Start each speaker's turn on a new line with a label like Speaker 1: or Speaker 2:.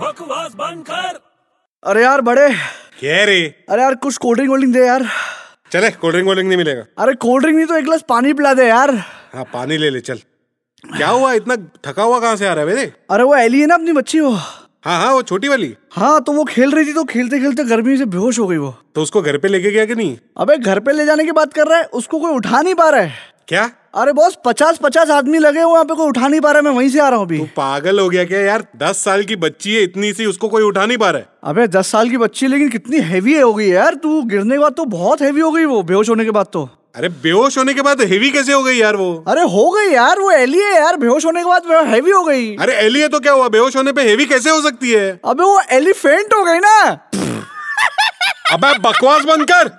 Speaker 1: बकवास बंद कर
Speaker 2: अरे यार बड़े
Speaker 3: क्या रे
Speaker 2: अरे यार कुछ कोल्ड ड्रिंक वोल्ड दे यार
Speaker 3: चले कोल्ड ड्रिंक वोल्ड ड्रिंक नहीं मिलेगा
Speaker 2: अरे कोल्ड ड्रिंक नहीं तो एक गिलास पानी पिला दे यार
Speaker 3: हाँ पानी ले ले चल क्या हुआ इतना थका हुआ कहाँ से आ रहा है बेटे
Speaker 2: अरे वो एली है ना अपनी बच्ची वो
Speaker 3: हाँ हाँ वो छोटी वाली
Speaker 2: हाँ तो वो खेल रही थी तो खेलते खेलते गर्मी से बेहोश हो गई वो
Speaker 3: तो उसको घर पे लेके गया कि नहीं
Speaker 2: अबे घर पे ले जाने की बात कर रहा है उसको कोई उठा नहीं पा रहा है
Speaker 3: क्या
Speaker 2: अरे बॉस पचास पचास आदमी लगे हुए हैं, यहाँ पे कोई उठा नहीं पा रहा है, मैं वहीं से आ रहा हूँ
Speaker 3: तू
Speaker 2: अभी
Speaker 3: पागल हो गया क्या यार दस साल की बच्ची है इतनी सी उसको कोई उठा नहीं पा रहा है
Speaker 2: अबे दस साल की बच्ची है, लेकिन कितनी हैवी हो गई है यार तू गिरने के बाद तो बहुत हैवी हो गई वो बेहोश होने के बाद तो
Speaker 3: अरे बेहोश होने के बाद हेवी कैसे हो गई यार वो
Speaker 2: अरे हो गई यार वो एली है यार बेहोश होने के बाद हैवी हो गई
Speaker 3: अरे एली है तो क्या हुआ बेहोश होने पे हेवी कैसे हो सकती है
Speaker 2: अबे वो एलिफेंट हो गई ना
Speaker 3: अब बकवास बंद कर